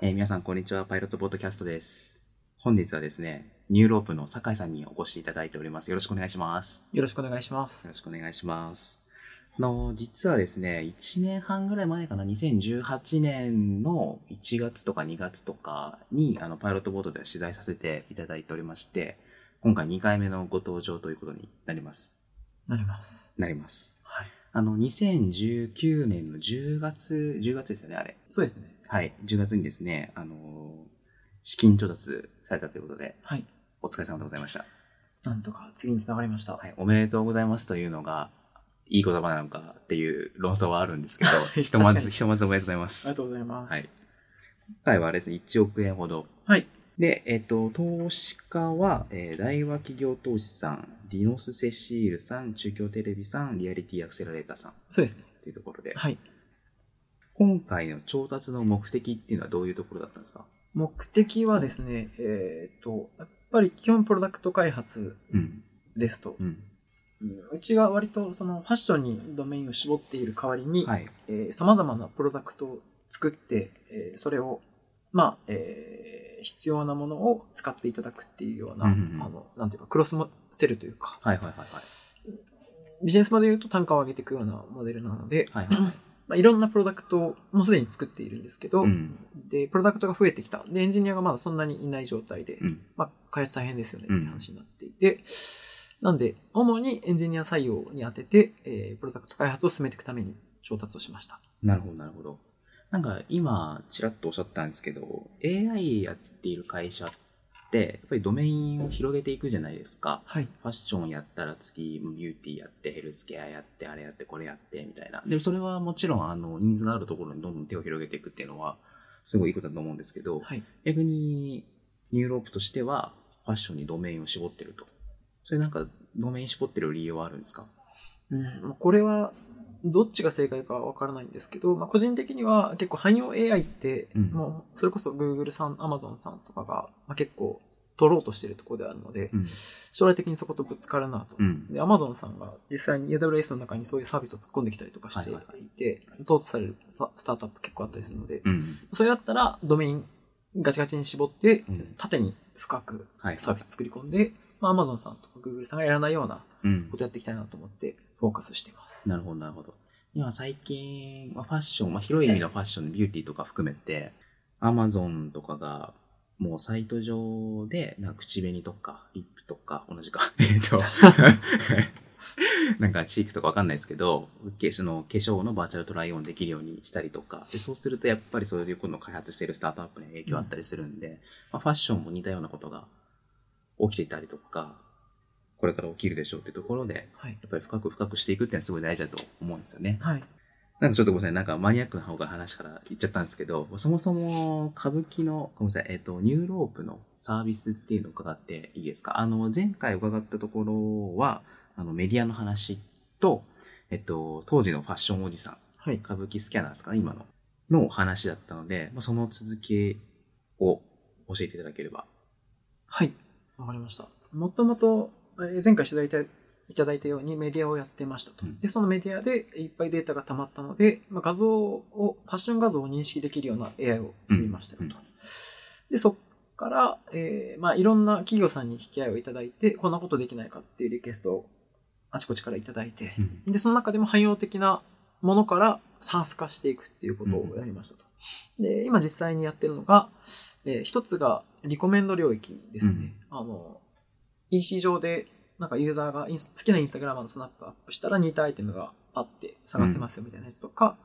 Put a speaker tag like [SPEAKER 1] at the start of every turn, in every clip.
[SPEAKER 1] えー皆さん、こんにちは。パイロットポッドキャストです。本日はですね、ニューロープの酒井さんにお越しいただいております。よろしくお願いします。
[SPEAKER 2] よろしくお願いしま
[SPEAKER 1] よ
[SPEAKER 2] す。
[SPEAKER 1] ろしくお願いします。あの、実はですね、1年半ぐらい前かな、2018年の1月とか2月とかに、あの、パイロットボートでは取材させていただいておりまして、今回2回目のご登場ということになります。
[SPEAKER 2] なります。
[SPEAKER 1] なります。
[SPEAKER 2] はい。
[SPEAKER 1] あの、2019年の10月、10月ですよね、あれ。
[SPEAKER 2] そうですね。
[SPEAKER 1] はい、10月にですね、あのー資金調達されたということで、
[SPEAKER 2] はい。
[SPEAKER 1] お疲れ様でございました。
[SPEAKER 2] なんとか次に繋がりました。
[SPEAKER 1] はい、おめでとうございますというのが、いい言葉なのかっていう論争はあるんですけど、
[SPEAKER 2] い
[SPEAKER 1] ひとま
[SPEAKER 2] 確か
[SPEAKER 1] ず、
[SPEAKER 2] に
[SPEAKER 1] ひとまずおめでとうございま
[SPEAKER 2] ありが
[SPEAKER 1] す。
[SPEAKER 2] とうございます。
[SPEAKER 1] はい。今回はあれですね、1億円ほど。
[SPEAKER 2] はい。
[SPEAKER 1] で、えっ、と、投資家は、えー大和企業投資さん、ディノスセシールさん、中京テレビさん、リアリティアクセラレーターさん
[SPEAKER 2] そうですね。
[SPEAKER 1] というところで、
[SPEAKER 2] はい。
[SPEAKER 1] 今回の調達の目的っていうのはどういうところだったんですか
[SPEAKER 2] 目的はですね、えーっと、やっぱり基本プロダクト開発
[SPEAKER 1] うん。
[SPEAKER 2] ですと、
[SPEAKER 1] うん。
[SPEAKER 2] うんうちが割とそのファッションにドメインを絞っている代わりに、
[SPEAKER 1] はい。
[SPEAKER 2] さまざまなプロダクトを作って、えーそれを、まあ、えー必要なものを使っていただくっていうような、
[SPEAKER 1] うんうんうん
[SPEAKER 2] あの、なんていうか、クロスセルというか、
[SPEAKER 1] はいはいはいはい。
[SPEAKER 2] ビジネスまで言うと単価を上げていくようなモデルなので、
[SPEAKER 1] はいはいはい
[SPEAKER 2] まあ、いろんなプロダクトをもうすでに作っているんですけど、
[SPEAKER 1] うん。
[SPEAKER 2] で、プロダクトが増えてきた。で、エンジニアがまだそんなにいない状態で、
[SPEAKER 1] うん。
[SPEAKER 2] まあ、開発大変ですよね
[SPEAKER 1] うん
[SPEAKER 2] って話になっていて、なんで、主にエンジニア採用に当てて、えープロダクト開発を進めていくために調達をしました。
[SPEAKER 1] なるほど、なるほど。なんか今、ちらっとおっしゃったんですけど、AI やっている会社って、やっぱりドメインを広げていくじゃないですか。
[SPEAKER 2] はい。
[SPEAKER 1] ファッションやったら次、ビューティーやって、ヘルスケアやって、あれやって、これやって、みたいな。で、それはもちろん、あの、ニーズがあるところにどんどん手を広げていくっていうのは、すごいいいことだと思うんですけど、
[SPEAKER 2] はい。
[SPEAKER 1] 逆に、ニューロープとしては、ファッションにドメインを絞ってると。それなんか、ドメイン絞ってる理由はあるんですか
[SPEAKER 2] うん、まあこれは、どっちが正解かはわからないんですけど、まあ、個人的には結構汎用 AI って、
[SPEAKER 1] うん
[SPEAKER 2] もう、それこそ Google さん、Amazon さんとかが、まあ、結構取ろうとしてるところであるので、
[SPEAKER 1] うん。
[SPEAKER 2] 将来的にそことぶつかるなと。
[SPEAKER 1] うん。
[SPEAKER 2] で、Amazon さんが実際に AWS の中にそういうサービスを突っ込んできたりとかしてい
[SPEAKER 1] はいはい
[SPEAKER 2] て、淘汰されるさスタートアップ結構あったりするので、
[SPEAKER 1] うん。
[SPEAKER 2] それだったらドメインガチガチに絞って
[SPEAKER 1] う、ん。
[SPEAKER 2] 縦に深く
[SPEAKER 1] はい。
[SPEAKER 2] サービス作り込んで、まあ、Amazon さんとか Google さんがやらないような
[SPEAKER 1] うん
[SPEAKER 2] こ。とやっていきたいなと思って、フォーカスしています。
[SPEAKER 1] なるほど、なるほど。今最近、まあファッション、まあ、広い意味のファッション、ビューティーとか含めて、アマゾンとかが、もうサイト上で、なんか口紅とか、リップとか、同じか、 えっと、なんかチークとかわかんないですけど、けその化粧のバーチャルトライオンできるようにしたりとか、でそうするとやっぱりそういうことの開発しているスタートアップに影響あったりするんで、まあ、ファッションも似たようなことが起きていたりとか、これから起きるでしょうっていうところで、
[SPEAKER 2] はい。
[SPEAKER 1] やっぱり深く深くしていくっていうのはすごい大事だと思うんですよね。
[SPEAKER 2] はい。
[SPEAKER 1] なんかちょっとごめんなさい、なんかマニアックな方が話から言っちゃったんですけど、そもそも歌舞伎の、ごめんなさい、えっ、と、ニューロープのサービスっていうのを伺っていいですかあの、前回伺ったところは、あの、メディアの話と、えっと、当時のファッションおじさん、
[SPEAKER 2] はい。
[SPEAKER 1] 歌舞伎スキャナーですかね、今の、のお話だったので、まあ、その続きを教えていただければ。
[SPEAKER 2] はい。わかりました。もともと、えー前回取材いたいただいたようにメディアをやってましたと
[SPEAKER 1] うん。
[SPEAKER 2] で、そのメディアでいっぱいデータが溜まったので、まあ、画像を、ファッション画像を認識できるような AI を作りましたよと。
[SPEAKER 1] うんうん
[SPEAKER 2] で、そっから、えーまあ、いろんな企業さんに引き合いをいただいて、こんなことできないかっていうリクエストをあちこちからいただいて、で、その中でも汎用的なものから SaaS 化していくっていうことをやりましたと。で、今実際にやってるのが、えー一つがリコメンド領域ですね。あの、EC 上で、なんかユーザーがインス好きなインスタグラマーのスナップアップしたら似たアイテムがあって探せますよみたいなやつとか、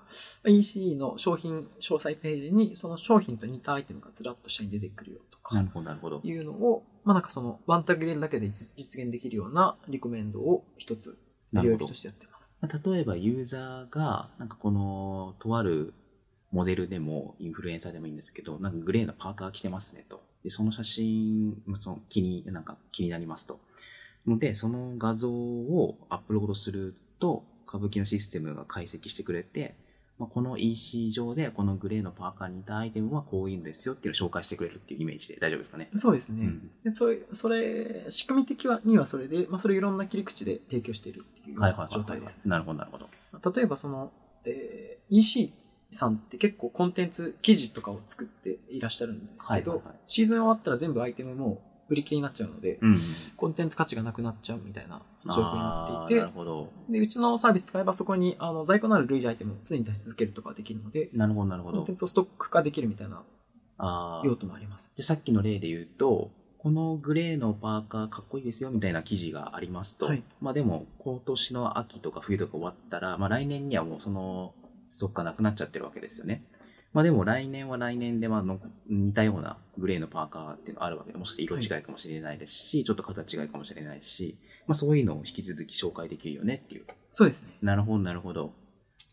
[SPEAKER 2] EC の商品詳細ページにその商品と似たアイテムがずらっと下に出てくるよとか、
[SPEAKER 1] なるほど、なるほど。
[SPEAKER 2] いうのを、まあなんかそのワンタグ入れるだけで実実現できるようなリコメンドを一つ領域としてやってます。
[SPEAKER 1] まあ例えばユーザーが、なんかこの、とあるモデルでも、インフルエンサーでもいいんですけど、なんかグレーのパーカー着てますねと。で、その写真、まあその気に、なんか気になりますと。ので、その画像をアップロードすると、歌舞伎のシステムが解析してくれて、まあ、この EC 上でこのグレーのパーカーに似たアイテムはこういうんですよっていうのを紹介してくれるっていうイメージで大丈夫ですかね。
[SPEAKER 2] そうです
[SPEAKER 1] う
[SPEAKER 2] ね。
[SPEAKER 1] ん。
[SPEAKER 2] でそれ、それ、仕組み的はにはそれで、まあそれいろんな切り口で提供しているっていうよう
[SPEAKER 1] はい
[SPEAKER 2] な
[SPEAKER 1] はいはい。
[SPEAKER 2] 状態ですね。
[SPEAKER 1] なるほど、なるほど。
[SPEAKER 2] 例えばその、えー EC さんって結構コンテンツ、記事とかを作っていらっしゃるんですけど、
[SPEAKER 1] はいはいはい
[SPEAKER 2] シーズン終わったら全部アイテムもう売り切れになっちゃうので、
[SPEAKER 1] うん。
[SPEAKER 2] コンテンツ価値がなくなっちゃうみたいな状況に
[SPEAKER 1] あ
[SPEAKER 2] なっ
[SPEAKER 1] あ
[SPEAKER 2] てい
[SPEAKER 1] ー、な
[SPEAKER 2] て
[SPEAKER 1] る、ほど。
[SPEAKER 2] で、うちのサービス使えばそこにあの在庫のある類似アイテムを常に出し続けるとかできるので、
[SPEAKER 1] なるほど、なるほ
[SPEAKER 2] コン
[SPEAKER 1] ど
[SPEAKER 2] テ。ンツをストック化できるみたいな
[SPEAKER 1] ああ。
[SPEAKER 2] 用途もあります。
[SPEAKER 1] じゃあさっきの例で言うと、このグレーのパーカーかっこいいですよみたいな記事がありますと、
[SPEAKER 2] はい
[SPEAKER 1] まあでも今年の秋とか冬とか終わったら、まあ来年にはもうそのストックがなくなっちゃってるわけですよね。まあでも来年は来年でまあの似たようなグレーのパーカーっていうのがあるわけで、もしかして色違いかもしれないですし、ちょっと形違いかもしれないし、まあそういうのを引き続き紹介できるよねっていう。
[SPEAKER 2] そうですね。
[SPEAKER 1] なるほど、なるほど。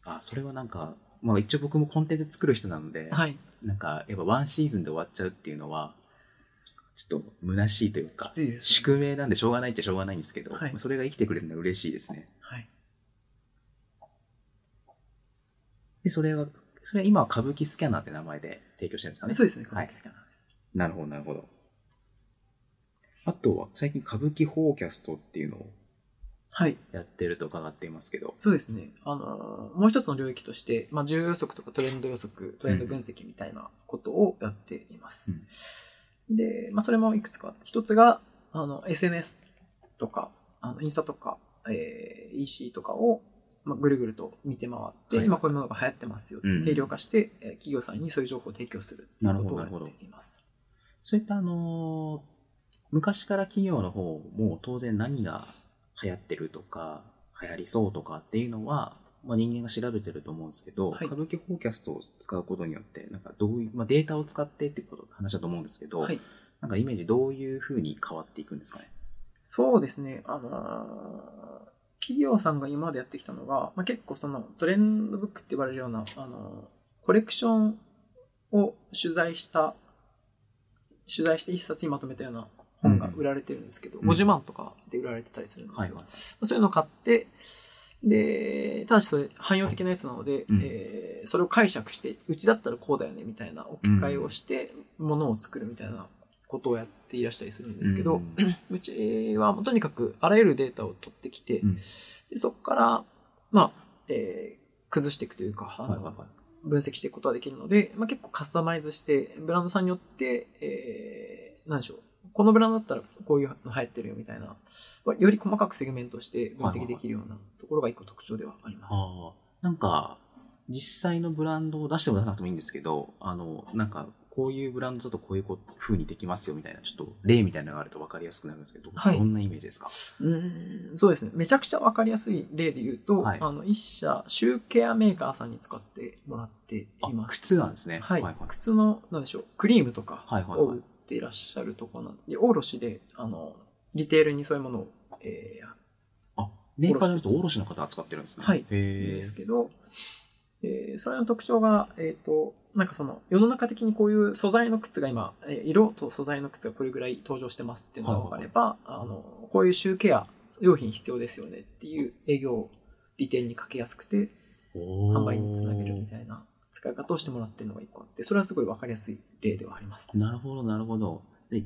[SPEAKER 1] あ、それはなんか、まあ一応僕もコンテンツ作る人なので、
[SPEAKER 2] はい。
[SPEAKER 1] なんか、やっぱワンシーズンで終わっちゃうっていうのは、ちょっと虚しいという
[SPEAKER 2] き
[SPEAKER 1] か、
[SPEAKER 2] ついです、
[SPEAKER 1] 宿命なんでしょうがないっちゃしょうがないんですけど、
[SPEAKER 2] はい
[SPEAKER 1] まあそれが生きてくれるのは嬉しいですね。
[SPEAKER 2] はい。
[SPEAKER 1] で、それは、それは今は歌舞伎スキャナーって名前で提供してるんですかね。
[SPEAKER 2] そうですね。
[SPEAKER 1] はい
[SPEAKER 2] コンテンツスキャナーです。
[SPEAKER 1] なるほど、なるほど。あとは、最近歌舞伎フォーキャストっていうのを
[SPEAKER 2] はい。
[SPEAKER 1] やってると伺っていますけど、
[SPEAKER 2] そうですね。あのーもう一つの領域として、まあ、重要予測とかトレンド予測、トレンド分析みたいなことをやっています。で、まあ、それもいくつかあって、一つが、あの、SNS とか、あのインスタとか、えー EC とかを、まあ、ぐるぐると見て回って、
[SPEAKER 1] はい
[SPEAKER 2] 今こういうものが流行ってますよ、
[SPEAKER 1] うん
[SPEAKER 2] 定量化して、えー企業さんにそういう情報を提供するっていうことをやっています。
[SPEAKER 1] そういったあのー昔から企業の方も当然何が流行ってるとか、流行りそうとかっていうのは、まあ、人間が調べてると思うんですけど、
[SPEAKER 2] はい
[SPEAKER 1] 歌舞伎フォーキャストを使うことによって、なんかどういう、まあ、データを使ってってこと話だと思うんですけど、
[SPEAKER 2] はい。
[SPEAKER 1] なんかイメージどういうふうに変わっていくんですかね。
[SPEAKER 2] そうですね。あのー企業さんが今までやってきたのが、まあ、結構そのトレンドブックって言われるような、あのーコレクションを取材した、取材して一冊にまとめたような本が売られてるんですけど、
[SPEAKER 1] うん
[SPEAKER 2] 50万とかで売られてたりするんですよ。
[SPEAKER 1] はい。
[SPEAKER 2] そういうのを買って、で、ただしそれ汎用的なやつなので、
[SPEAKER 1] うん
[SPEAKER 2] えーそれを解釈して、うちだったらこうだよねみたいな置き換えをして、ものを作るみたいなことをやっていらしたりするんですけど、
[SPEAKER 1] うん
[SPEAKER 2] うちはもうとにかくあらゆるデータを取ってきて、
[SPEAKER 1] うん
[SPEAKER 2] でそこから、まあ、えー崩していくというか、あの
[SPEAKER 1] はいはいはい
[SPEAKER 2] 分析していくことができるので、まあ、結構カスタマイズして、ブランドさんによって、えー、なんでしょう。このブランドだったらこういうの流行ってるよみたいな、より細かくセグメントして分析できるようなところが一個特徴ではあります。
[SPEAKER 1] ああ、なんか、実際のブランドを出しても出さなくてもいいんですけど、あの、なんか、こういうブランドだとこういうこ風にできますよみたいな、ちょっと例みたいなのがあると分かりやすくなるんですけど、
[SPEAKER 2] はい
[SPEAKER 1] どんなイメージですか
[SPEAKER 2] うーんそうですね。めちゃくちゃ分かりやすい例で言うと、
[SPEAKER 1] はい
[SPEAKER 2] あの一社、シューケアメーカーさんに使ってもらってい
[SPEAKER 1] あ
[SPEAKER 2] ます。
[SPEAKER 1] 靴なんですね。
[SPEAKER 2] はい
[SPEAKER 1] はい、はい。
[SPEAKER 2] 靴の、なんでしょう、クリームとか
[SPEAKER 1] はいはい
[SPEAKER 2] を
[SPEAKER 1] はい
[SPEAKER 2] 売っていらっしゃるところなんで、卸で、あの、リテールにそういうものを、え
[SPEAKER 1] あ、メーカーだと卸の方扱ってるんですね。
[SPEAKER 2] はいー、
[SPEAKER 1] へ
[SPEAKER 2] で
[SPEAKER 1] え
[SPEAKER 2] す。けど、えーそれの特徴が、えっ、と、なんかその、世の中的にこういう素材の靴が今、えー色と素材の靴がこれぐらい登場してますっていうのが分かれば、あの、こういうシューケア、用品必要ですよねっていう営業をリテールにかけやすくて、販
[SPEAKER 1] 販
[SPEAKER 2] 売につなげるみたいな使い方をしてもらってるのが一個あって、それはすごい分かりやすい例ではあります。
[SPEAKER 1] なるほど、なるほど。で、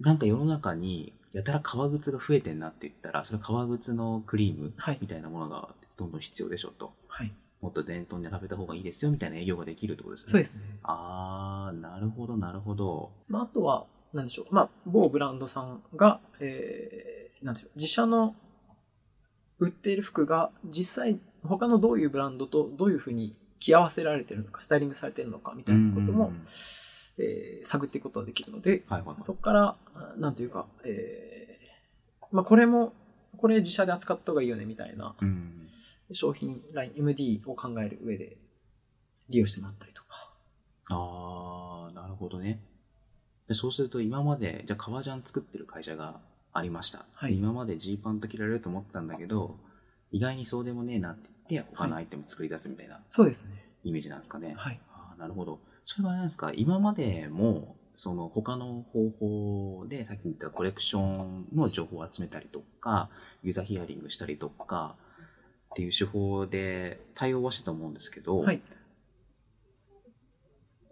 [SPEAKER 1] なんか世の中に、やたら革靴が増えてんなって言ったら、それは革靴のクリーム
[SPEAKER 2] はい
[SPEAKER 1] みたいなものがどんどん必要でしょと。
[SPEAKER 2] はい。
[SPEAKER 1] もっと伝統に並べた方がいいですよみたいな営業ができるってことですね。
[SPEAKER 2] そうですね。
[SPEAKER 1] あー、なるほど、なるほど。
[SPEAKER 2] まあ、あとは、なんでしょう。まあ、某ブランドさんが、えー、なんでしょう。自社の売っている服が、実際、他のどういうブランドとどういうふうに着合わせられてるのか、スタイリングされてるのか、みたいなことも、
[SPEAKER 1] うんうんうん
[SPEAKER 2] えー探っていくことができるので、
[SPEAKER 1] はいはいはい。
[SPEAKER 2] そこから、あなんというか、えー、まあ、これも、これ自社で扱った方がいいよね、みたいな、
[SPEAKER 1] うん。
[SPEAKER 2] 商品ライン、MD を考える上で、利用してもらったりとか。
[SPEAKER 1] あー、なるほどね。でそうすると今まで、じゃあ革ジャン作ってる会社がありました。
[SPEAKER 2] はい
[SPEAKER 1] 今までジーパンと着られると思ったんだけど、意外にそうでもねえなって言って、他のアイテム作り出すみたいな
[SPEAKER 2] そうですね。
[SPEAKER 1] イメージなんですかね。
[SPEAKER 2] はい。
[SPEAKER 1] あーなるほど。それはあれなんですか、今までも、その他の方法で、さっき言ったコレクションの情報を集めたりとか、ユーザーヒアリングしたりとか、っていう手法で対応はしてたと思うんですけど、
[SPEAKER 2] はい。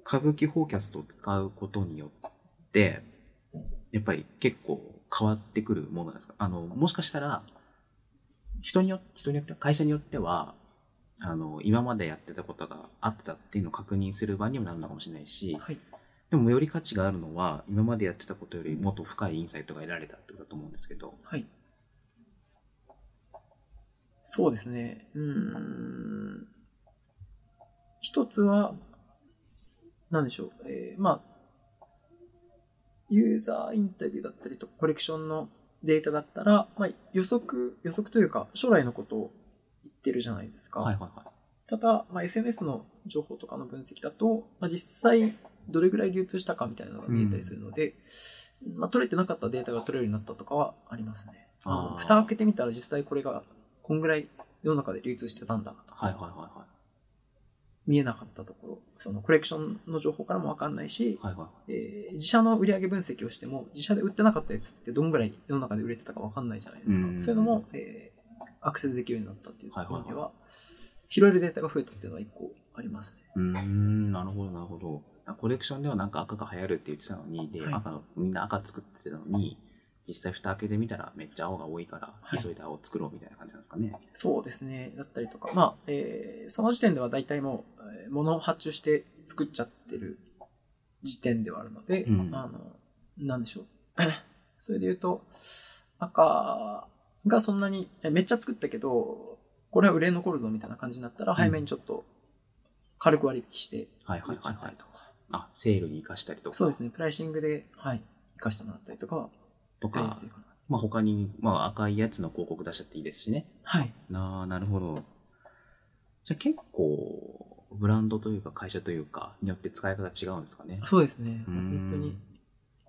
[SPEAKER 1] 歌舞伎フォーキャストを使うことによって、やっぱり結構変わってくるものなんですかあの、もしかしたら、人によって、人によって、会社によっては、あの、今までやってたことが合ってたっていうのを確認する場にもなるのかもしれないし、
[SPEAKER 2] はい。
[SPEAKER 1] でもより価値があるのは、今までやってたことよりもっと深いインサイトが得られたってことだと思うんですけど。
[SPEAKER 2] はい。そうですね。うーん。一つは、なんでしょう。えーまあ、ユーザーインタビューだったりとか、コレクションのデータだったら、まあ、予測、予測というか、将来のことを言ってるじゃないですか。
[SPEAKER 1] はいはいは
[SPEAKER 2] ただ、まあ、SNS の情報とかの分析だと、まあ、実際どれぐらい流通したかみたいなのが見えたりするので、まあ、取れてなかったデータが取れるようになったとかはありますね。あ
[SPEAKER 1] あ
[SPEAKER 2] の
[SPEAKER 1] ー
[SPEAKER 2] 蓋を開けてみたら実際これがこんぐらい世の中で流通してたんだなと
[SPEAKER 1] い。はいはいはいは
[SPEAKER 2] 見えなかったところそのコレクションの情報からも分かんないし、
[SPEAKER 1] い。はいは
[SPEAKER 2] えー自社の売上分析をしても自社で売ってなかったやつってどんぐらい世の中で売れてたか分かんないじゃないですか、
[SPEAKER 1] うん
[SPEAKER 2] そういうのも、えーアクセスできるようになったっていうところでは,、
[SPEAKER 1] はいは
[SPEAKER 2] 拾えるデータが増えたっていうのは一個ありますね
[SPEAKER 1] い。うーん、なるほどなるほど。コレクションではなんか赤が流行るって言ってたのに、で、
[SPEAKER 2] はい
[SPEAKER 1] 赤の、みんな赤作ってたのに、実際蓋開けてみたらめっちゃ青が多いから、
[SPEAKER 2] はい
[SPEAKER 1] 急いで青作ろうみたいな感じなんですかね。
[SPEAKER 2] そうですねだったりとかまあ、えーその時点では大体もう、えー物を発注して作っちゃってる時点ではあるので、
[SPEAKER 1] うん
[SPEAKER 2] あのなんでしょう それで言うと赤がそんなにえめっちゃ作ったけどこれは売れ残るぞみたいな感じになったら早めにちょっと軽く割引して
[SPEAKER 1] はいは
[SPEAKER 2] 売
[SPEAKER 1] い
[SPEAKER 2] っち
[SPEAKER 1] は
[SPEAKER 2] ゃ
[SPEAKER 1] い
[SPEAKER 2] った
[SPEAKER 1] は
[SPEAKER 2] り
[SPEAKER 1] い。
[SPEAKER 2] とか、
[SPEAKER 1] あ、セールに活かしたりとか。
[SPEAKER 2] そうですねプライシングで、はい、生かしてもらったりとかは
[SPEAKER 1] と
[SPEAKER 2] やり
[SPEAKER 1] か
[SPEAKER 2] や、すいかな
[SPEAKER 1] まあ他に、まあ赤いやつの広告出しちゃっていいですしね。
[SPEAKER 2] はい
[SPEAKER 1] なあ、なるほど。じゃあ結構、ブランドというか会社というか、によって使い方違うんですかね。
[SPEAKER 2] そうですね
[SPEAKER 1] うーん
[SPEAKER 2] 本当に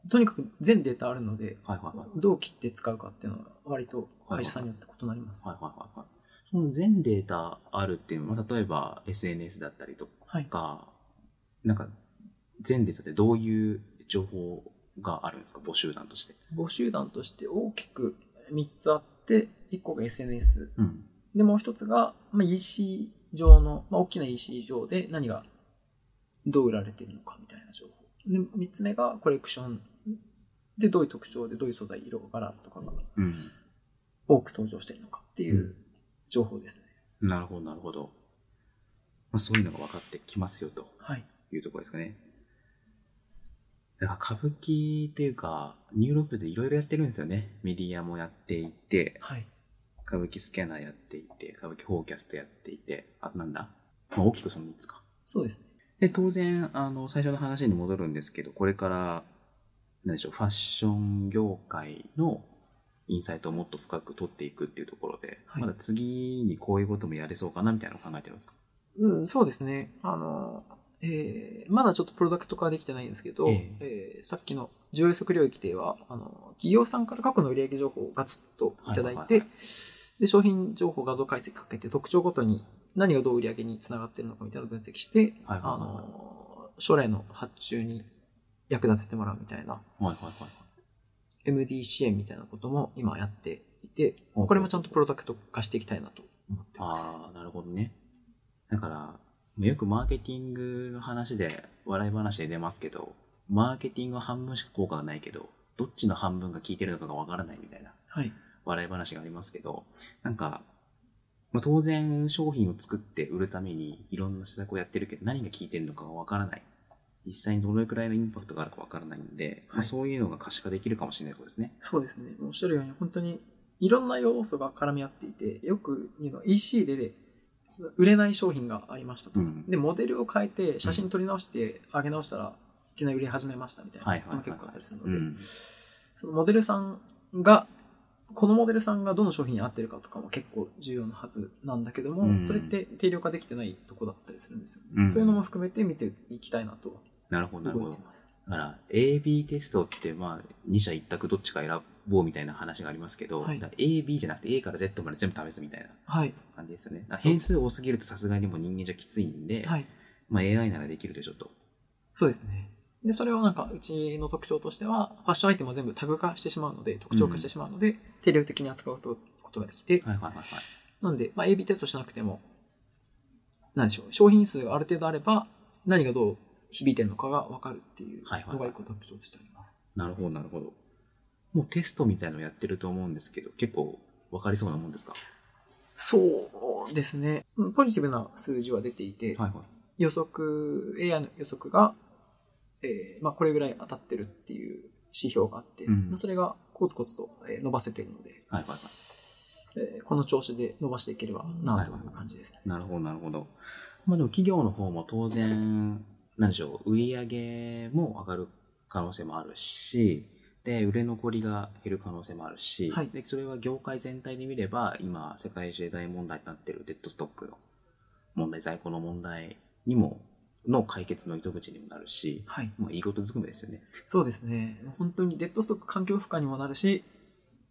[SPEAKER 2] とにかく全データあるので
[SPEAKER 1] はいはいはい。
[SPEAKER 2] どう切って使うかっていうのは割と会社さんによって異なります。
[SPEAKER 1] はいはいはいはい。その全データあるっていうのは、例えば SNS だったりと
[SPEAKER 2] はい。
[SPEAKER 1] か、なんか、全データってどういう情報があるんですか募集団として。
[SPEAKER 2] 募集団として大きく3つあって、1個が SNS。
[SPEAKER 1] うん。
[SPEAKER 2] で、もう1つが、まあ、EC 上の、まあ、大きな EC 上で何がどう売られているのかみたいな情報。で、3つ目がコレクションでどういう特徴でどういう素材、色、柄とかが
[SPEAKER 1] うん。
[SPEAKER 2] 多く登場しているのかっていう情報ですね。
[SPEAKER 1] なるほど、なるほど。まあ、そういうのが分かってきますよと。
[SPEAKER 2] はい。
[SPEAKER 1] いうところですかね。だから歌舞伎というか、ニューロップでいろいろやってるんですよね。メディアもやっていて、
[SPEAKER 2] はい。
[SPEAKER 1] 歌舞伎スキャナーやっていて、歌舞伎フォーキャストやっていて、あとなんだ、まあ、大きくその3つか。
[SPEAKER 2] そうですね。
[SPEAKER 1] で、当然、あの、最初の話に戻るんですけど、これから、なんでしょう、ファッション業界のインサイトをもっと深く取っていくっていうところで、
[SPEAKER 2] はい
[SPEAKER 1] まだ次にこういうこともやれそうかなみたいなのを考えてるんですか
[SPEAKER 2] うん、そうですね。あの、えーまだちょっとプロダクト化できてないんですけど、
[SPEAKER 1] え
[SPEAKER 2] えーさっきの重要測領域では、あの、企業さんから過去の売上情報をガツッといただい
[SPEAKER 1] はいはい
[SPEAKER 2] て、
[SPEAKER 1] は
[SPEAKER 2] で、商品情報画像解析かけて、特徴ごとに何がどう売上につながっているのかみたいなのを分析して、
[SPEAKER 1] はいはい
[SPEAKER 2] あ
[SPEAKER 1] はいはい。
[SPEAKER 2] の、将来の発注に役立ててもらうみたいな、
[SPEAKER 1] はいはいはい。
[SPEAKER 2] MD 支援みたいなことも今やっていて、
[SPEAKER 1] ほう
[SPEAKER 2] これもちゃんとプロダクト化していきたいなと思ってます。
[SPEAKER 1] ああ、なるほどね。だから、よくマーケティングの話で、笑い話で出ますけど、マーケティングは半分しか効果がないけど、どっちの半分が効いてるのかがわからないみたいな
[SPEAKER 2] はい。
[SPEAKER 1] 笑い話がありますけど、なんか、まあ、当然商品を作って売るためにいろんな施策をやってるけど、何が効いてるのかがわからない。実際にどれくらいのインパクトがあるかわからないんで、ま
[SPEAKER 2] は
[SPEAKER 1] あ、
[SPEAKER 2] い
[SPEAKER 1] そういうのが可視化できるかもしれないそうですね。
[SPEAKER 2] そうですね、おっしゃるように、本当にいろんな要素が絡み合っていて、よく言うのは EC で売れない商品がありましたと。
[SPEAKER 1] うん
[SPEAKER 2] で、モデルを変えて、写真撮り直して、上げ直したら、いきなり売れ始めましたみたいな、
[SPEAKER 1] はいはいはい
[SPEAKER 2] の
[SPEAKER 1] はい
[SPEAKER 2] が結構あったりするの
[SPEAKER 1] う
[SPEAKER 2] で、
[SPEAKER 1] ん。
[SPEAKER 2] そのモデルさんが、このモデルさんがどの商品に合ってるかとかも結構重要なはずなんだけども、
[SPEAKER 1] うん
[SPEAKER 2] それって定量化できてないとこだったりするんですよ、ね
[SPEAKER 1] うん
[SPEAKER 2] そういうのも含めて見ていきたいなと
[SPEAKER 1] なるほど、なる
[SPEAKER 2] 動
[SPEAKER 1] ほ
[SPEAKER 2] い
[SPEAKER 1] ど
[SPEAKER 2] て。ます。
[SPEAKER 1] だから、AB テストって、まあ、二者一択どっちか選ぼうみたいな話がありますけど、
[SPEAKER 2] はい
[SPEAKER 1] だから AB じゃなくて A から Z まで全部試すみたいな
[SPEAKER 2] はい、
[SPEAKER 1] 感じですよね。だから
[SPEAKER 2] そう
[SPEAKER 1] 変数多すぎるとさすがにもう人間じゃきついんで、
[SPEAKER 2] はい。
[SPEAKER 1] まあ AI ならできるでしょと。
[SPEAKER 2] そうですね。で、それをなんか、うちの特徴としては、ファッションアイテムを全部タグ化してしまうので、特徴化してしまうので、定量的に扱うことができて、
[SPEAKER 1] はいはいはいはい。
[SPEAKER 2] なんで、まあ、AB テストしなくても、なんでしょう、商品数がある程度あれば、何がどう響いてるのかが分かるっていう
[SPEAKER 1] はいはいはい
[SPEAKER 2] のが一個特徴としてあります。
[SPEAKER 1] なるほど、なるほど。もうテストみたいのやってると思うんですけど、結構わかりそうなもんですか
[SPEAKER 2] そうですね。うんポジティブな数字は出ていて、
[SPEAKER 1] はいはい。
[SPEAKER 2] 予測、AI の予測が、えーまあ、これぐらい当たってるっていう指標があって、
[SPEAKER 1] うん
[SPEAKER 2] まあそれがコツコツとえー伸ばせてるので、
[SPEAKER 1] はいはいは
[SPEAKER 2] えーこの調子で伸ばしていければなという感じですね。
[SPEAKER 1] い。なるほど、なるほど。まあでも企業の方も当然、なんでしょう、売り上げも上がる可能性もあるし、で、売れ残りが減る可能性もあるし、
[SPEAKER 2] はい
[SPEAKER 1] でそれは業界全体で見れば、今、世界中で大問題になってるデッドストックの問題、在庫の問題にも、の解決の糸口にもなるし、
[SPEAKER 2] はい
[SPEAKER 1] まあ、いいことずくめですよね。
[SPEAKER 2] そうですね。本当にデッドストック環境負荷にもなるし、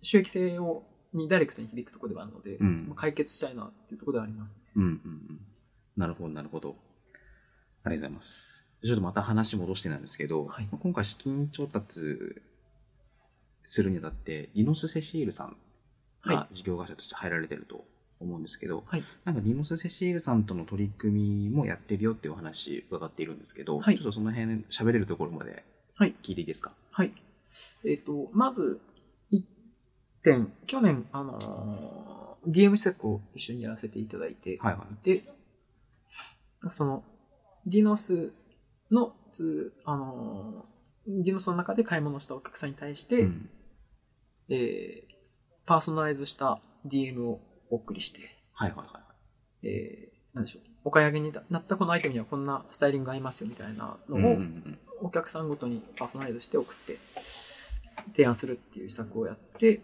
[SPEAKER 2] 収益性をにダイレクトに響くところではあるので、
[SPEAKER 1] うん
[SPEAKER 2] まあ解決したいなっていうところではありますね。
[SPEAKER 1] うんうんうん。なるほど、なるほど。ありがとうございます。ちょっとまた話戻してなんですけど、
[SPEAKER 2] はい
[SPEAKER 1] 今回資金調達するにあたって、リノス・セシールさんが
[SPEAKER 2] は
[SPEAKER 1] 事業会社として入られてると思うんですけど、
[SPEAKER 2] はい
[SPEAKER 1] なんかリノス・セシールさんとの取り組みもやってるよっていうお話伺っているんですけど、
[SPEAKER 2] はい
[SPEAKER 1] ちょっとその辺喋れるところまで
[SPEAKER 2] はい
[SPEAKER 1] 聞いていいですか、
[SPEAKER 2] はい。えっ、と、まず、一点、去年、あのー DM 施策を一緒にやらせていただいて、
[SPEAKER 1] はい、はい
[SPEAKER 2] で、その、ディノスの、つあのーディノスの中で買い物したお客さんに対して、
[SPEAKER 1] うん
[SPEAKER 2] えーパーソナライズした DM をお送りして、
[SPEAKER 1] はいはいはい。
[SPEAKER 2] えーなんでしょう、お買い上げになったこのアイテムにはこんなスタイリング合いますよみたいなの
[SPEAKER 1] うんうんう
[SPEAKER 2] を
[SPEAKER 1] ん
[SPEAKER 2] お客さんごとにパーソナライズして送って提案するっていう施策をやって、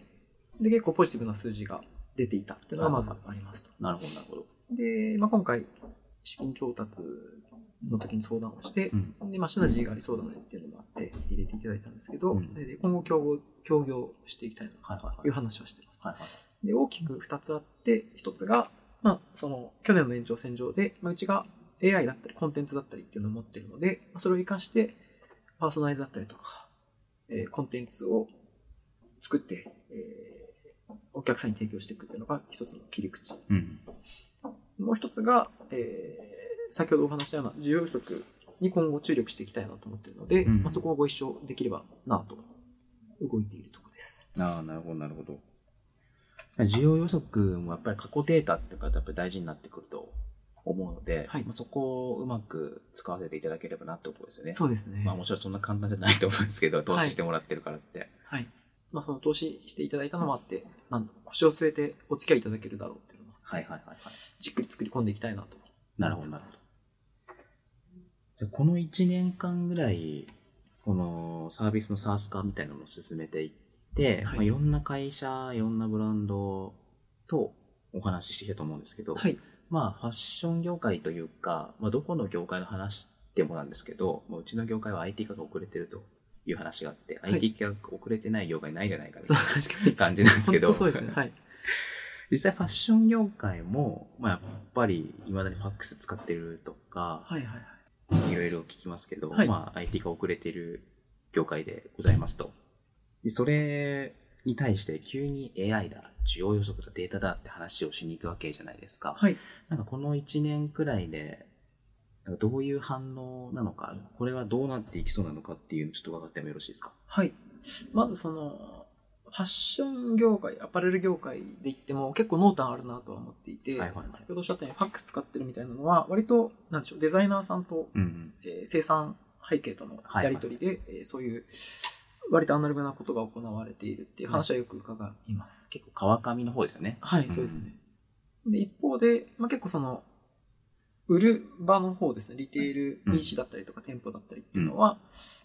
[SPEAKER 2] で、結構ポジティブな数字が出ていたっていうのがまずありますと。
[SPEAKER 1] なるほど、なるほど。
[SPEAKER 2] で、まあ、今回、資金調達の時に相談をして
[SPEAKER 1] う、ん
[SPEAKER 2] で、まあ、シナジーがありそうだねっていうのもあって入れていただいたんですけど、
[SPEAKER 1] うん
[SPEAKER 2] で今後競合、協業していきたいな
[SPEAKER 1] はいはい
[SPEAKER 2] と
[SPEAKER 1] はいい。
[SPEAKER 2] う話をしてます。
[SPEAKER 1] はいはい
[SPEAKER 2] で、大きく2つあって、1つが、まあ、その、去年の延長線上で、まあ、うちが AI だったり、コンテンツだったりっていうのを持ってるので、まあそれを活かして、パーソナライズだったりとか、えーコンテンツを作って、えーお客さんに提供していくっていうのが1つの切り口。
[SPEAKER 1] うん
[SPEAKER 2] もう1つが、えー先ほどお話したような需要不足に今後注力していきたいなと思ってるので、
[SPEAKER 1] うん
[SPEAKER 2] まあ、そこをご一緒できればなと、動いているところです。
[SPEAKER 1] ああ、なるほど、なるほど。需要予測もやっぱり過去データっていうか、やっぱり大事になってくると思うので、
[SPEAKER 2] はい
[SPEAKER 1] まあ、そこをうまく使わせていただければなってことですよね。
[SPEAKER 2] そうですね。
[SPEAKER 1] まあもちろんそんな簡単じゃないと思うんですけど、投資してもらってるからって。
[SPEAKER 2] はい。まあ、その投資していただいたのもあって、なんだ腰を据えてお付き合いいただけるだろうっていうのも、
[SPEAKER 1] はい、はい、はいはい。
[SPEAKER 2] じっくり作り込んでいきたいなと。
[SPEAKER 1] なるほど、なるほど。じゃあこの1年間ぐらい、このサービスの s a ス s 化みたいなのを進めていって、
[SPEAKER 2] は
[SPEAKER 1] い
[SPEAKER 2] い
[SPEAKER 1] まあ、いろんな会社、いろんなブランドとお話ししてきたと思うんですけど、
[SPEAKER 2] はい。
[SPEAKER 1] まあ、ファッション業界というか、まあ、どこの業界の話でもなんですけど、まあ、うちの業界は IT 化が遅れてるという話があって、
[SPEAKER 2] い
[SPEAKER 1] IT 化が遅れてない業界ないじゃないかみた
[SPEAKER 2] そ、
[SPEAKER 1] いうな
[SPEAKER 2] 確かに。
[SPEAKER 1] 感じなんですけど、
[SPEAKER 2] 本当そうですね。はい。
[SPEAKER 1] 実際ファッション業界も、まあ、やっぱり未だにファックス使ってるとか、
[SPEAKER 2] はいはいはい。
[SPEAKER 1] いろいろ聞きますけど、
[SPEAKER 2] はい
[SPEAKER 1] まあ、IT 化遅れてる業界でございますと。でそれに対して急に AI だ、需要予測だ、データだって話をしに行くわけじゃないですか。
[SPEAKER 2] はい。
[SPEAKER 1] なんかこの1年くらいで、なんかどういう反応なのか、これはどうなっていきそうなのかっていうのをちょっと伺ってもよろしいですか。
[SPEAKER 2] はい。まずその、ファッション業界、アパレル業界で言っても結構濃淡あるなとは思っていて、
[SPEAKER 1] はいはいはい
[SPEAKER 2] 先ほどおっしゃったようにファックス使ってるみたいなのは、割と、なんでしょう、デザイナーさんと
[SPEAKER 1] うんうん。
[SPEAKER 2] えー生産背景との
[SPEAKER 1] はい
[SPEAKER 2] やり取りで、えーそういう割とアナログなことが行われているっていう話はよく伺います。
[SPEAKER 1] 結構川上の方ですよね。
[SPEAKER 2] はい、
[SPEAKER 1] うん
[SPEAKER 2] そうですね。で、一方で、まあ、結構その、売る場の方ですね、リテール
[SPEAKER 1] うん
[SPEAKER 2] EC だったりとか店舗だったりっていうのは、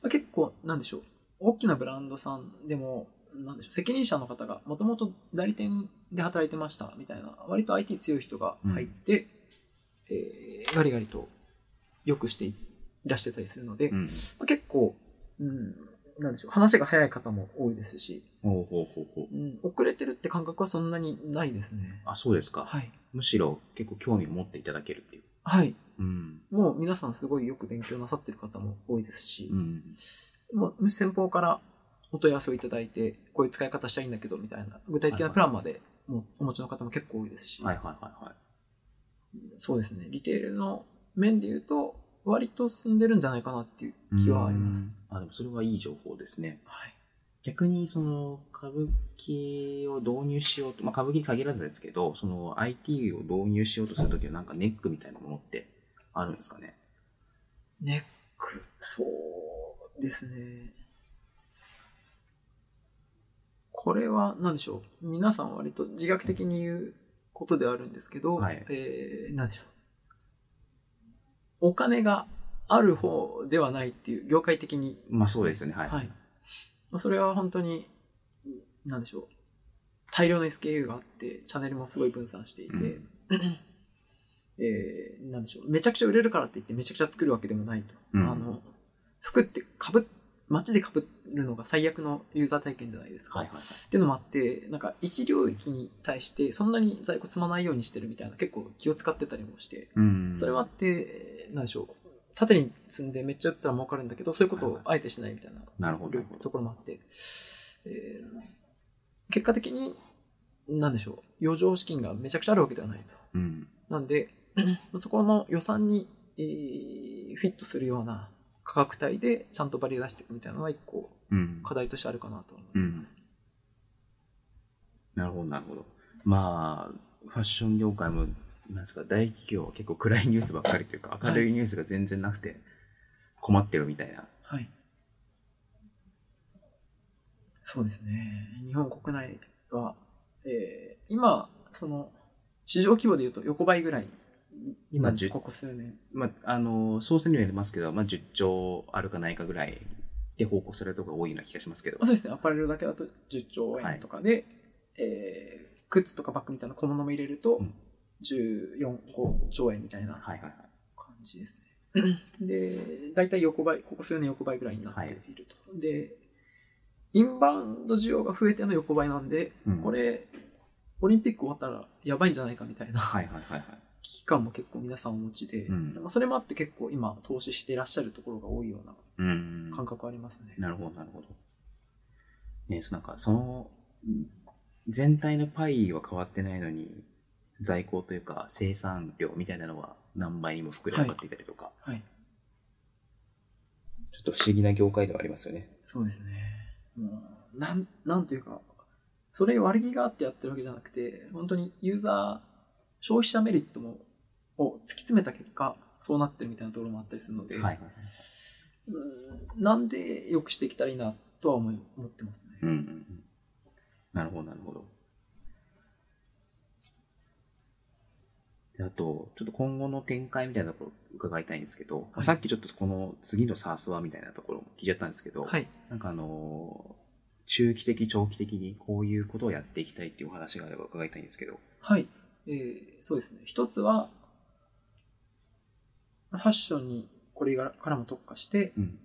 [SPEAKER 2] まあ、結構、なんでしょう、大きなブランドさんでも、なんでしょう、責任者の方がもともと代理店で働いてましたみたいな、割と IT 強い人が入って、えーガリガリと良くしていらしてたりするので、
[SPEAKER 1] うん。
[SPEAKER 2] まあ、結構、うん、なんでしょう、話が早い方も多いですし、
[SPEAKER 1] ほうほうほうほう。
[SPEAKER 2] うん、遅れてるって感覚はそんなにないですね。
[SPEAKER 1] あ、そうですか。
[SPEAKER 2] はい。
[SPEAKER 1] むしろ結構興味を持っていただけるっていう。
[SPEAKER 2] はい。
[SPEAKER 1] うん。
[SPEAKER 2] もう皆さんすごいよく勉強なさってる方も多いですし
[SPEAKER 1] う、ん。
[SPEAKER 2] もう先方からお問い合わせをいただいて、こういう使い方したいんだけどみたいな、具体的なプランまでもうお持ちの方も結構多いですし、
[SPEAKER 1] はいはいはいはい。
[SPEAKER 2] そうですね、リテールの面で言うと、割と進んでるんじゃないかなっていう気はあります
[SPEAKER 1] う。ん。あ、でもそれはいい情報ですね。
[SPEAKER 2] はい。
[SPEAKER 1] 逆にその歌舞伎を導入しようと、まあ、歌舞伎に限らずですけど、その IT を導入しようとするときのなんかネックみたいなものってあるんですかね。
[SPEAKER 2] ネック、そうですね。これは何でしょう皆さん割と自虐的に言うことではあるんですけど、
[SPEAKER 1] はい
[SPEAKER 2] えー、何でしょうお金がある方ではないっていう、業界的に。
[SPEAKER 1] まあそうですよね、はい。
[SPEAKER 2] はい。まあ、それは本当に、何でしょう大量の SKU があって、チャンネルもすごい分散していて、
[SPEAKER 1] うん
[SPEAKER 2] えー、なんでしょう、めちゃくちゃ売れるからって言ってめちゃくちゃ作るわけでもないと。
[SPEAKER 1] うん
[SPEAKER 2] あの、服ってかぶっ、街でかぶるのが最悪のユーザー体験じゃないですか。
[SPEAKER 1] はいはいはい。
[SPEAKER 2] っていうのもあって、なんか一領域に対してそんなに在庫積まないようにしてるみたいな結構気を使ってたりもして、
[SPEAKER 1] うん。
[SPEAKER 2] それはあって、なんでしょう、縦に積んでめっちゃ売ったら儲かるんだけど、そういうことをあえてしないみたいな
[SPEAKER 1] なるほど。
[SPEAKER 2] ところもあって、えー結果的に、なんでしょう、余剰資金がめちゃくちゃあるわけではないと。
[SPEAKER 1] うん。
[SPEAKER 2] なんで、 そこの予算に、えーフィットするような価格帯でちゃんとバリュー出していくみたいなのは一個
[SPEAKER 1] うん。
[SPEAKER 2] 課題としてあるかなと思って
[SPEAKER 1] うん
[SPEAKER 2] ます。。
[SPEAKER 1] なるほど、なるほど。まあ、ファッション業界も、なんですか、大企業は結構暗いニュースばっかりというか、明るいニュースが全然なくて困ってるみたいな。
[SPEAKER 2] はい。そうですね。日本国内は、えー今、その、市場規模で言うと横ばいぐらい、今です、
[SPEAKER 1] 10
[SPEAKER 2] ここ数年。
[SPEAKER 1] まあ、あの、総選にはやりますけど、まあ、10兆あるかないかぐらいで報告されるとこが多いような気がしますけど
[SPEAKER 2] まあ。そうですね、アパレルだけだと10兆円とかで、えー靴とかバッグみたいな小物も入れると
[SPEAKER 1] うん、
[SPEAKER 2] 14、5兆円みたいな
[SPEAKER 1] はいはいはい。
[SPEAKER 2] 感じですね。で、大体横ばい、ここ数年横ばいぐらいになっていると。で、インバウンド需要が増えての横ばいなんで、
[SPEAKER 1] うん
[SPEAKER 2] これ、オリンピック終わったらやばいんじゃないかみたいな
[SPEAKER 1] はいはいはいはい。
[SPEAKER 2] 危機感も結構皆さんお持ちで、
[SPEAKER 1] うん
[SPEAKER 2] まあそれもあって結構今投資していらっしゃるところが多いような
[SPEAKER 1] うん。
[SPEAKER 2] 感覚ありますね。
[SPEAKER 1] なるほど、なるほど。ねそなんか、その、全体のパイは変わってないのに、在庫というか生産量みたいなのは何倍にも膨れ上がっていたりとか、
[SPEAKER 2] はい。
[SPEAKER 1] ちょっと不思議な業界ではありますよね。
[SPEAKER 2] そうですね。もう、なん、なんというか、それ悪気があってやってるわけじゃなくて、本当にユーザー、消費者メリットも、を突き詰めた結果、そうなってるみたいなところもあったりするので、
[SPEAKER 1] はい。
[SPEAKER 2] うんなんで良くしていけたらいいなとは思い思ってます
[SPEAKER 1] うん
[SPEAKER 2] ね。
[SPEAKER 1] うんうん。なるほど、なるほど。であと、ちょっと今後の展開みたいなところ伺いたいんですけど、
[SPEAKER 2] い
[SPEAKER 1] さっきちょっとこの次のサースはみたいなところも聞いちゃったんですけど、
[SPEAKER 2] はい。
[SPEAKER 1] なんかあのー中期的、長期的にこういうことをやっていきたいっていうお話があれば伺いたいんですけど。
[SPEAKER 2] はい。えーそうですね。一つは、ファッションにこれからも特化して、
[SPEAKER 1] うん。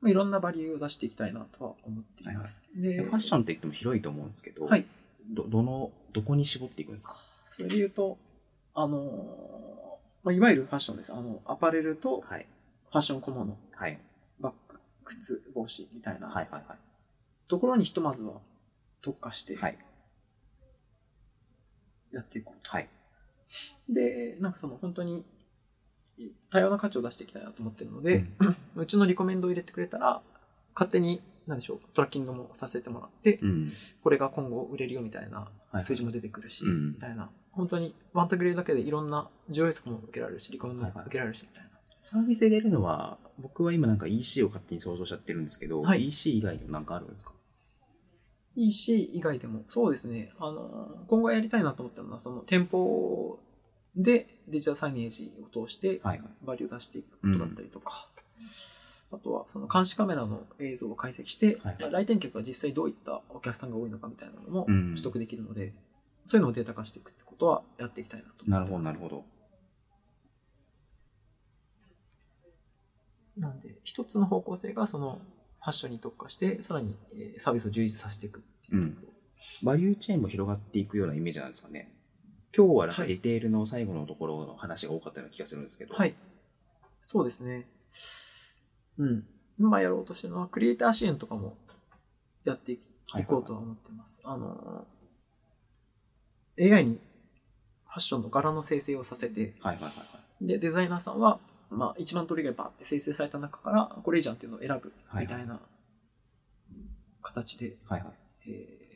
[SPEAKER 2] まあいろんなバリューを出していきたいなとは思っています。
[SPEAKER 1] フ
[SPEAKER 2] で
[SPEAKER 1] ァッションって言っても広いと思うんですけど、
[SPEAKER 2] はい。
[SPEAKER 1] ど、どの、どこに絞っていくんですか
[SPEAKER 2] それで言うと、あのーまあ、いわゆるファッションです。あの、アパレルとフ
[SPEAKER 1] はい。
[SPEAKER 2] ァッション小物、
[SPEAKER 1] はい。
[SPEAKER 2] バッグ、靴、帽子みたい
[SPEAKER 1] は
[SPEAKER 2] ない
[SPEAKER 1] はいは
[SPEAKER 2] ところにひとまずは特化して
[SPEAKER 1] い。はい。
[SPEAKER 2] やっていこうと。
[SPEAKER 1] はい。
[SPEAKER 2] で、なんかその本当に多様な価値を出していきたいなと思ってるので、
[SPEAKER 1] うん
[SPEAKER 2] うちのリコメンドを入れてくれたら、勝手に、なんでしょう、トラッキングもさせてもらって、
[SPEAKER 1] うん。
[SPEAKER 2] これが今後売れるよみたいな
[SPEAKER 1] はい
[SPEAKER 2] 数字も出てくるし、
[SPEAKER 1] うん
[SPEAKER 2] みたいな、本当にワンタグレーだけでいろんな需要予測も受けられるし、リコメンドも
[SPEAKER 1] はいはい
[SPEAKER 2] 受けられるし、みたいな。
[SPEAKER 1] サービス入れるのは、僕は今なんか EC を勝手に想像しちゃってるんですけど、
[SPEAKER 2] はい
[SPEAKER 1] EC 以外にもなんかあるんですか
[SPEAKER 2] EC 以外でも、そうですね、あの、今後やりたいなと思ったのは、その店舗でデジタルサイネージを通して、
[SPEAKER 1] はいはい。
[SPEAKER 2] バリューを出していくことだったりとか、あとは、その監視カメラの映像を解析して、
[SPEAKER 1] はいはい
[SPEAKER 2] 来店客が実際どういったお客さんが多いのかみたいなのも
[SPEAKER 1] うん
[SPEAKER 2] 取得できるので、そういうのをデータ化していくってことはやっていきたいなと
[SPEAKER 1] な
[SPEAKER 2] 思
[SPEAKER 1] るほど、
[SPEAKER 2] ってま
[SPEAKER 1] な
[SPEAKER 2] す
[SPEAKER 1] る。ほど。
[SPEAKER 2] なんで、一つの方向性がそのファッションに特化して、さらにえーサービスを充実させていくっていうところ。
[SPEAKER 1] バリューチェーンも広がっていくようなイメージなんですかね。今日はなんか
[SPEAKER 2] はい
[SPEAKER 1] リテールの最後のところの話が多かったような気がするんですけど、
[SPEAKER 2] はい。そうですね。うん。今やろうとしてるのは、クリエイター支援とかもやっていき
[SPEAKER 1] はいはいはい
[SPEAKER 2] いこうとは思ってます。あのー、AI にファッションの柄の生成をさせて、
[SPEAKER 1] はいはいはいはい。
[SPEAKER 2] で、デザイナーさんは、まあ、1万通りぐらいバーって生成された中から、これいいじゃんっていうのを選ぶ
[SPEAKER 1] はいはい
[SPEAKER 2] みたいな形で、
[SPEAKER 1] はいはい。
[SPEAKER 2] えー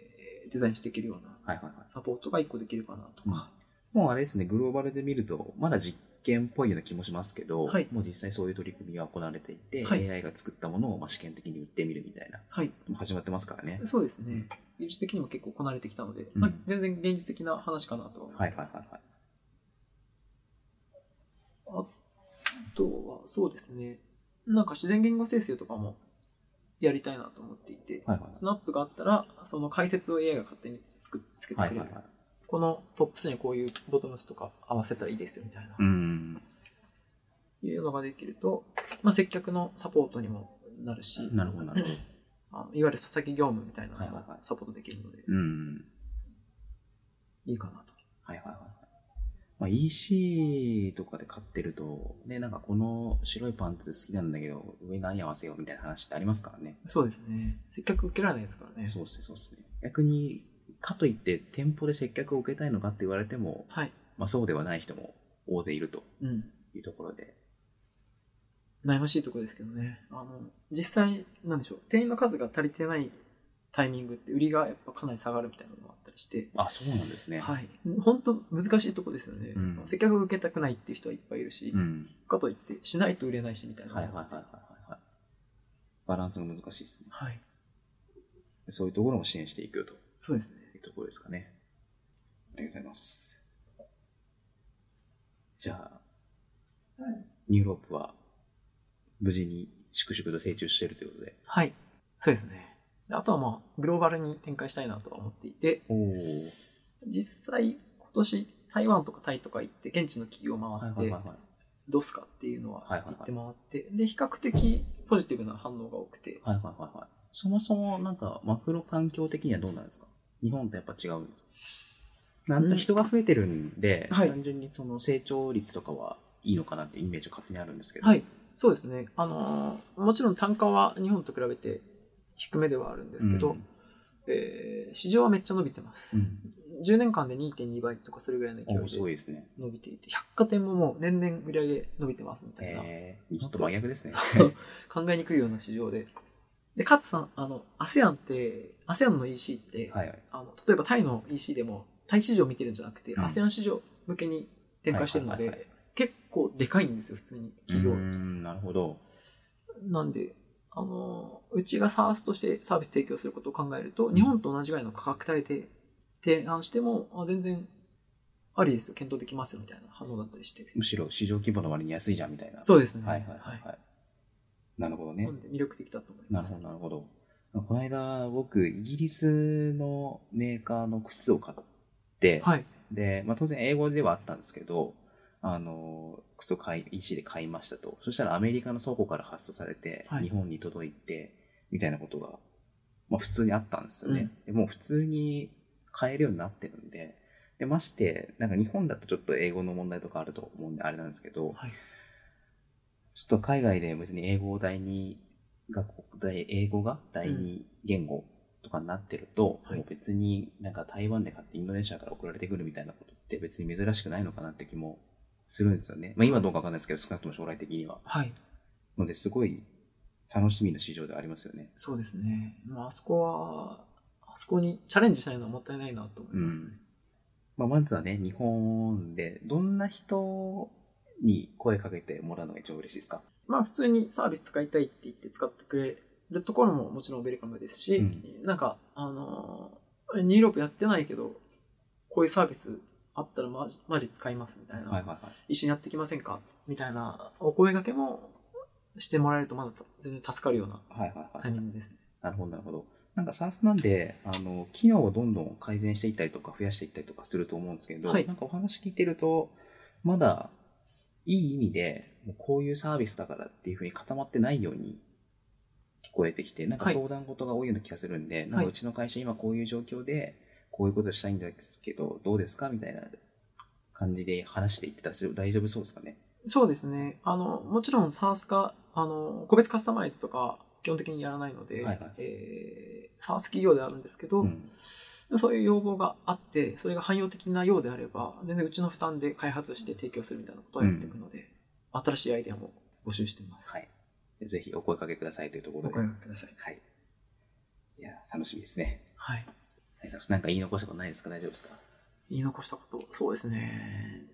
[SPEAKER 2] デザインしていけるような
[SPEAKER 1] はいはいはい。
[SPEAKER 2] サポートが1個できるかなとか。
[SPEAKER 1] もうあれですね、グローバルで見ると、まだ実験っぽいような気もしますけど、
[SPEAKER 2] はい
[SPEAKER 1] もう実際そういう取り組みが行われていて、
[SPEAKER 2] はい
[SPEAKER 1] AI が作ったものをまあ試験的に売ってみるみたいな、
[SPEAKER 2] はい。
[SPEAKER 1] もう始まってますからね。
[SPEAKER 2] そうですね。技術的にも結構こなれてきたので、
[SPEAKER 1] うん
[SPEAKER 2] まあ、全然現実的な話かなと思います。
[SPEAKER 1] はいはいはいはい。
[SPEAKER 2] あとは、そうですね。なんか自然言語生成とかもやりたいなと思っていて、
[SPEAKER 1] はいはい
[SPEAKER 2] スナップがあったら、その解説を AI が勝手につくつけて
[SPEAKER 1] は
[SPEAKER 2] く
[SPEAKER 1] い
[SPEAKER 2] れ
[SPEAKER 1] は
[SPEAKER 2] る
[SPEAKER 1] い。はい。
[SPEAKER 2] このトップスにはこういうボトムスとか合わせたらいいですよみたいな、
[SPEAKER 1] うん。
[SPEAKER 2] いうのができると、まあ、接客のサポートにもなるし、
[SPEAKER 1] なるほどなるほど。
[SPEAKER 2] あのいわゆる佐々木業務みたいなの
[SPEAKER 1] はい
[SPEAKER 2] も
[SPEAKER 1] はいはい
[SPEAKER 2] サポートできるので、
[SPEAKER 1] うん。
[SPEAKER 2] いいかなと。
[SPEAKER 1] はいはいはい。まあ、EC とかで買ってると、ね、なんかこの白いパンツ好きなんだけど、上何合わせようみたいな話ってありますからね。
[SPEAKER 2] そうですね。接客受けられないですからね。
[SPEAKER 1] そうですね、そうですね。逆に、かといって店舗で接客を受けたいのかって言われても、
[SPEAKER 2] はい。
[SPEAKER 1] まあそうではない人も大勢いると
[SPEAKER 2] うん。
[SPEAKER 1] いうところで。
[SPEAKER 2] 悩ましいところですけどね。あの、実際、なんでしょう。店員の数が足りてないタイミングって、売りがやっぱかなり下がるみたいなのもあったりして、
[SPEAKER 1] あ、そうなんですね。
[SPEAKER 2] はい。本当難しいとこですよね。
[SPEAKER 1] うん
[SPEAKER 2] 接客受けたくないっていう人はいっぱいいるし、
[SPEAKER 1] うん。
[SPEAKER 2] かといって、しないと売れないしみたいな。
[SPEAKER 1] はいはいはいはいはいはい。バランスが難しいですね。
[SPEAKER 2] はい。
[SPEAKER 1] そういうところも支援していくと
[SPEAKER 2] そうですね。
[SPEAKER 1] いうところですかね。ありがとうございます。じゃあ、ニューロープは無事に粛々と成長しているということで。
[SPEAKER 2] はい。そうですね。であとはまあ、グローバルに展開したいなとは思っていて、
[SPEAKER 1] おお。
[SPEAKER 2] 実際、今年、台湾とかタイとか行って、現地の企業を
[SPEAKER 1] はい
[SPEAKER 2] 回っ
[SPEAKER 1] はい
[SPEAKER 2] て、
[SPEAKER 1] はいはい。
[SPEAKER 2] どうすかっていうのは
[SPEAKER 1] はいはいは
[SPEAKER 2] 言
[SPEAKER 1] い
[SPEAKER 2] って回って、で、比較的ポジティブな反応が多くて、
[SPEAKER 1] はいはいはいはい。そもそもなんかマクロ環境的にはどうなんですか日本とやっぱ違うんですかなん
[SPEAKER 2] う
[SPEAKER 1] か
[SPEAKER 2] ん
[SPEAKER 1] 人が増えてるんで、
[SPEAKER 2] はい
[SPEAKER 1] 単純にその成長率とかはいいのかなってイメージが勝手にあるんですけど。。
[SPEAKER 2] はいい、そうですね。あのーもちろん単価は日本と比べて低めではあるんで
[SPEAKER 1] です
[SPEAKER 2] けど、えー市場はめっちゃ伸びてます。10年間で2.2倍とかそれぐらいの
[SPEAKER 1] おー
[SPEAKER 2] 勢
[SPEAKER 1] す
[SPEAKER 2] い
[SPEAKER 1] ご
[SPEAKER 2] で
[SPEAKER 1] いですね。
[SPEAKER 2] 伸びていて、百貨店ももう年々売り上げ伸びてますみたいな、
[SPEAKER 1] えー、ちょっと真逆ですね。
[SPEAKER 2] そう考えにくいような市場で。で、かつさん、あの、ASEAN って、ASEAN の EC って、
[SPEAKER 1] はいはい。
[SPEAKER 2] あの例えばタイの EC でも、タイ市場を見てるんじゃなくて、
[SPEAKER 1] うん
[SPEAKER 2] ASEAN 市場向けに展開してるの
[SPEAKER 1] はいはいはい
[SPEAKER 2] で、結構でかいんですよ、普通に企業
[SPEAKER 1] うーん、なるほど。
[SPEAKER 2] なんで、あの、うちが SARS としてサービス提供することを考えると、日本と同じぐらいの価格帯で提案しても、あ全然ありですよ、検討できますよみたいな反応だったりして。
[SPEAKER 1] むしろ市場規模の割に安いじゃんみたいな。
[SPEAKER 2] そうですね。
[SPEAKER 1] はいはいはい。はい、なるほどね
[SPEAKER 2] な。んで魅力的だと思い
[SPEAKER 1] な
[SPEAKER 2] ま
[SPEAKER 1] る
[SPEAKER 2] す
[SPEAKER 1] ほど。なるほど。この間、僕、イギリスのメーカーの靴を買って、
[SPEAKER 2] はい。
[SPEAKER 1] で、まあ、当然英語ではあったんですけど、あの、靴を買い、EC で買いましたと。そしたらアメリカの倉庫から発送されて、
[SPEAKER 2] はい
[SPEAKER 1] 日本に届いて、みたいなことが、まあ、普通にあったんですよね。でもう普通に買えるようになってるんで、で、まして、なんか日本だとちょっと英語の問題とかあると思うんで、あれなんですけど、
[SPEAKER 2] はい
[SPEAKER 1] ちょっと海外で別に英語を第二が第英語が第二言語とかになってると、
[SPEAKER 2] はい
[SPEAKER 1] もう別になんか台湾で買ってインドネシアから送られてくるみたいなことって別に珍しくないのかなって気もするんですよね。まあ今どうかわかんないですけど、少なくとも将来的には。
[SPEAKER 2] はい。
[SPEAKER 1] ので、すごい楽しみな市場ではありますよね。
[SPEAKER 2] そうですね。まあ、あそこは、あそこにチャレンジしないのはもったいないなと思いますね。
[SPEAKER 1] うんまあまずはね、日本でどんな人に声かけてもらうのが一番嬉しいですか
[SPEAKER 2] まあ普通にサービス使いたいって言って使ってくれるところももちろんウェルカムですし、
[SPEAKER 1] うん
[SPEAKER 2] なんか、あのーニューロープやってないけど、こういうサービスあったらマジマジ使いますみたいな、
[SPEAKER 1] はいはいはい。
[SPEAKER 2] 一緒にやってきませんかみたいなお声掛けもしてもらえるとまだ全然助かるような
[SPEAKER 1] はいはいはい。
[SPEAKER 2] タイミングですね。
[SPEAKER 1] なるほど、なるほど。なんか SARS なんで、あの、機能をどんどん改善していったりとか増やしていったりとかすると思うんですけど、
[SPEAKER 2] はい
[SPEAKER 1] なんかお話聞いてると、まだいい意味で、もうこういうサービスだからっていうふうに固まってないように聞こえてきて、なんか
[SPEAKER 2] はい
[SPEAKER 1] 相談事が多いような気がするんで、なんかうちの会社今こういう状況で、こういうことしたいんですけど、どうですかみたいな感じで話していってたし大丈夫そうですかね。
[SPEAKER 2] そうですね。あの、もちろん SARS か、あの、個別カスタマイズとか基本的にやらないので、
[SPEAKER 1] はいはい
[SPEAKER 2] えー SARS 企業であるんですけど、
[SPEAKER 1] うん
[SPEAKER 2] そういう要望があって、それが汎用的なようであれば、全然うちの負担で開発して提供するみたいなことをやっていくので、新しいアイデアも募集しています。
[SPEAKER 1] はい。ぜひお声掛けくださいというところ
[SPEAKER 2] お
[SPEAKER 1] で。
[SPEAKER 2] 声掛けください。
[SPEAKER 1] はい。いや、楽しみですね。
[SPEAKER 2] はい。
[SPEAKER 1] 大丈夫です。なんか言い残したことないですか大丈夫ですか
[SPEAKER 2] 言い残したこと、そうですね。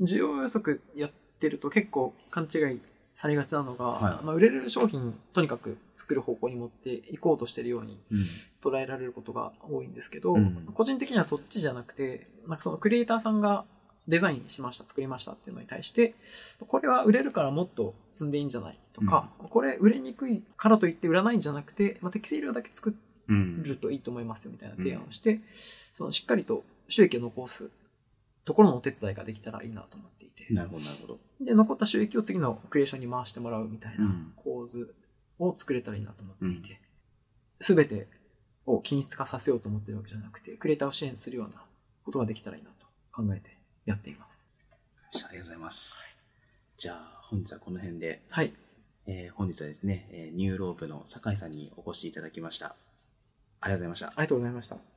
[SPEAKER 2] 需要予測やっってると結構勘違いされがちなのが、
[SPEAKER 1] はい
[SPEAKER 2] まあ、売れる商品とにかく作る方向に持っていこうとしてるように
[SPEAKER 1] うん。
[SPEAKER 2] 捉えられることが多いんですけど、
[SPEAKER 1] うん
[SPEAKER 2] 個人的にはそっちじゃなくてなんかそのクリエイターさんがデザインしました作りましたっていうのに対してこれは売れるからもっと積んでいいんじゃないとか、これ売れにくいからといって売らないんじゃなくて、まあ、適正量だけ作
[SPEAKER 1] うん。
[SPEAKER 2] るといいと思いますよみたいな提案をして、そのしっかりと収益を残すところのお手伝いができたらいいなと思っていて、
[SPEAKER 1] なるほど、なるほど。
[SPEAKER 2] で残った収益を次のクリエーションに回してもらうみたいな
[SPEAKER 1] うん
[SPEAKER 2] 構図を作れたらいいなと思っていて、すべてを均質化させようと思ってるわけじゃなくて、クリエイターを支援するようなことができたらいいなと考えてやっています。
[SPEAKER 1] ありがとうございます。じゃあ、本日はこの辺で、
[SPEAKER 2] はい。
[SPEAKER 1] えー本日はですね、えーニューロープの酒井さんにお越しいただきました。ありがとうございました。
[SPEAKER 2] ありがとうございました。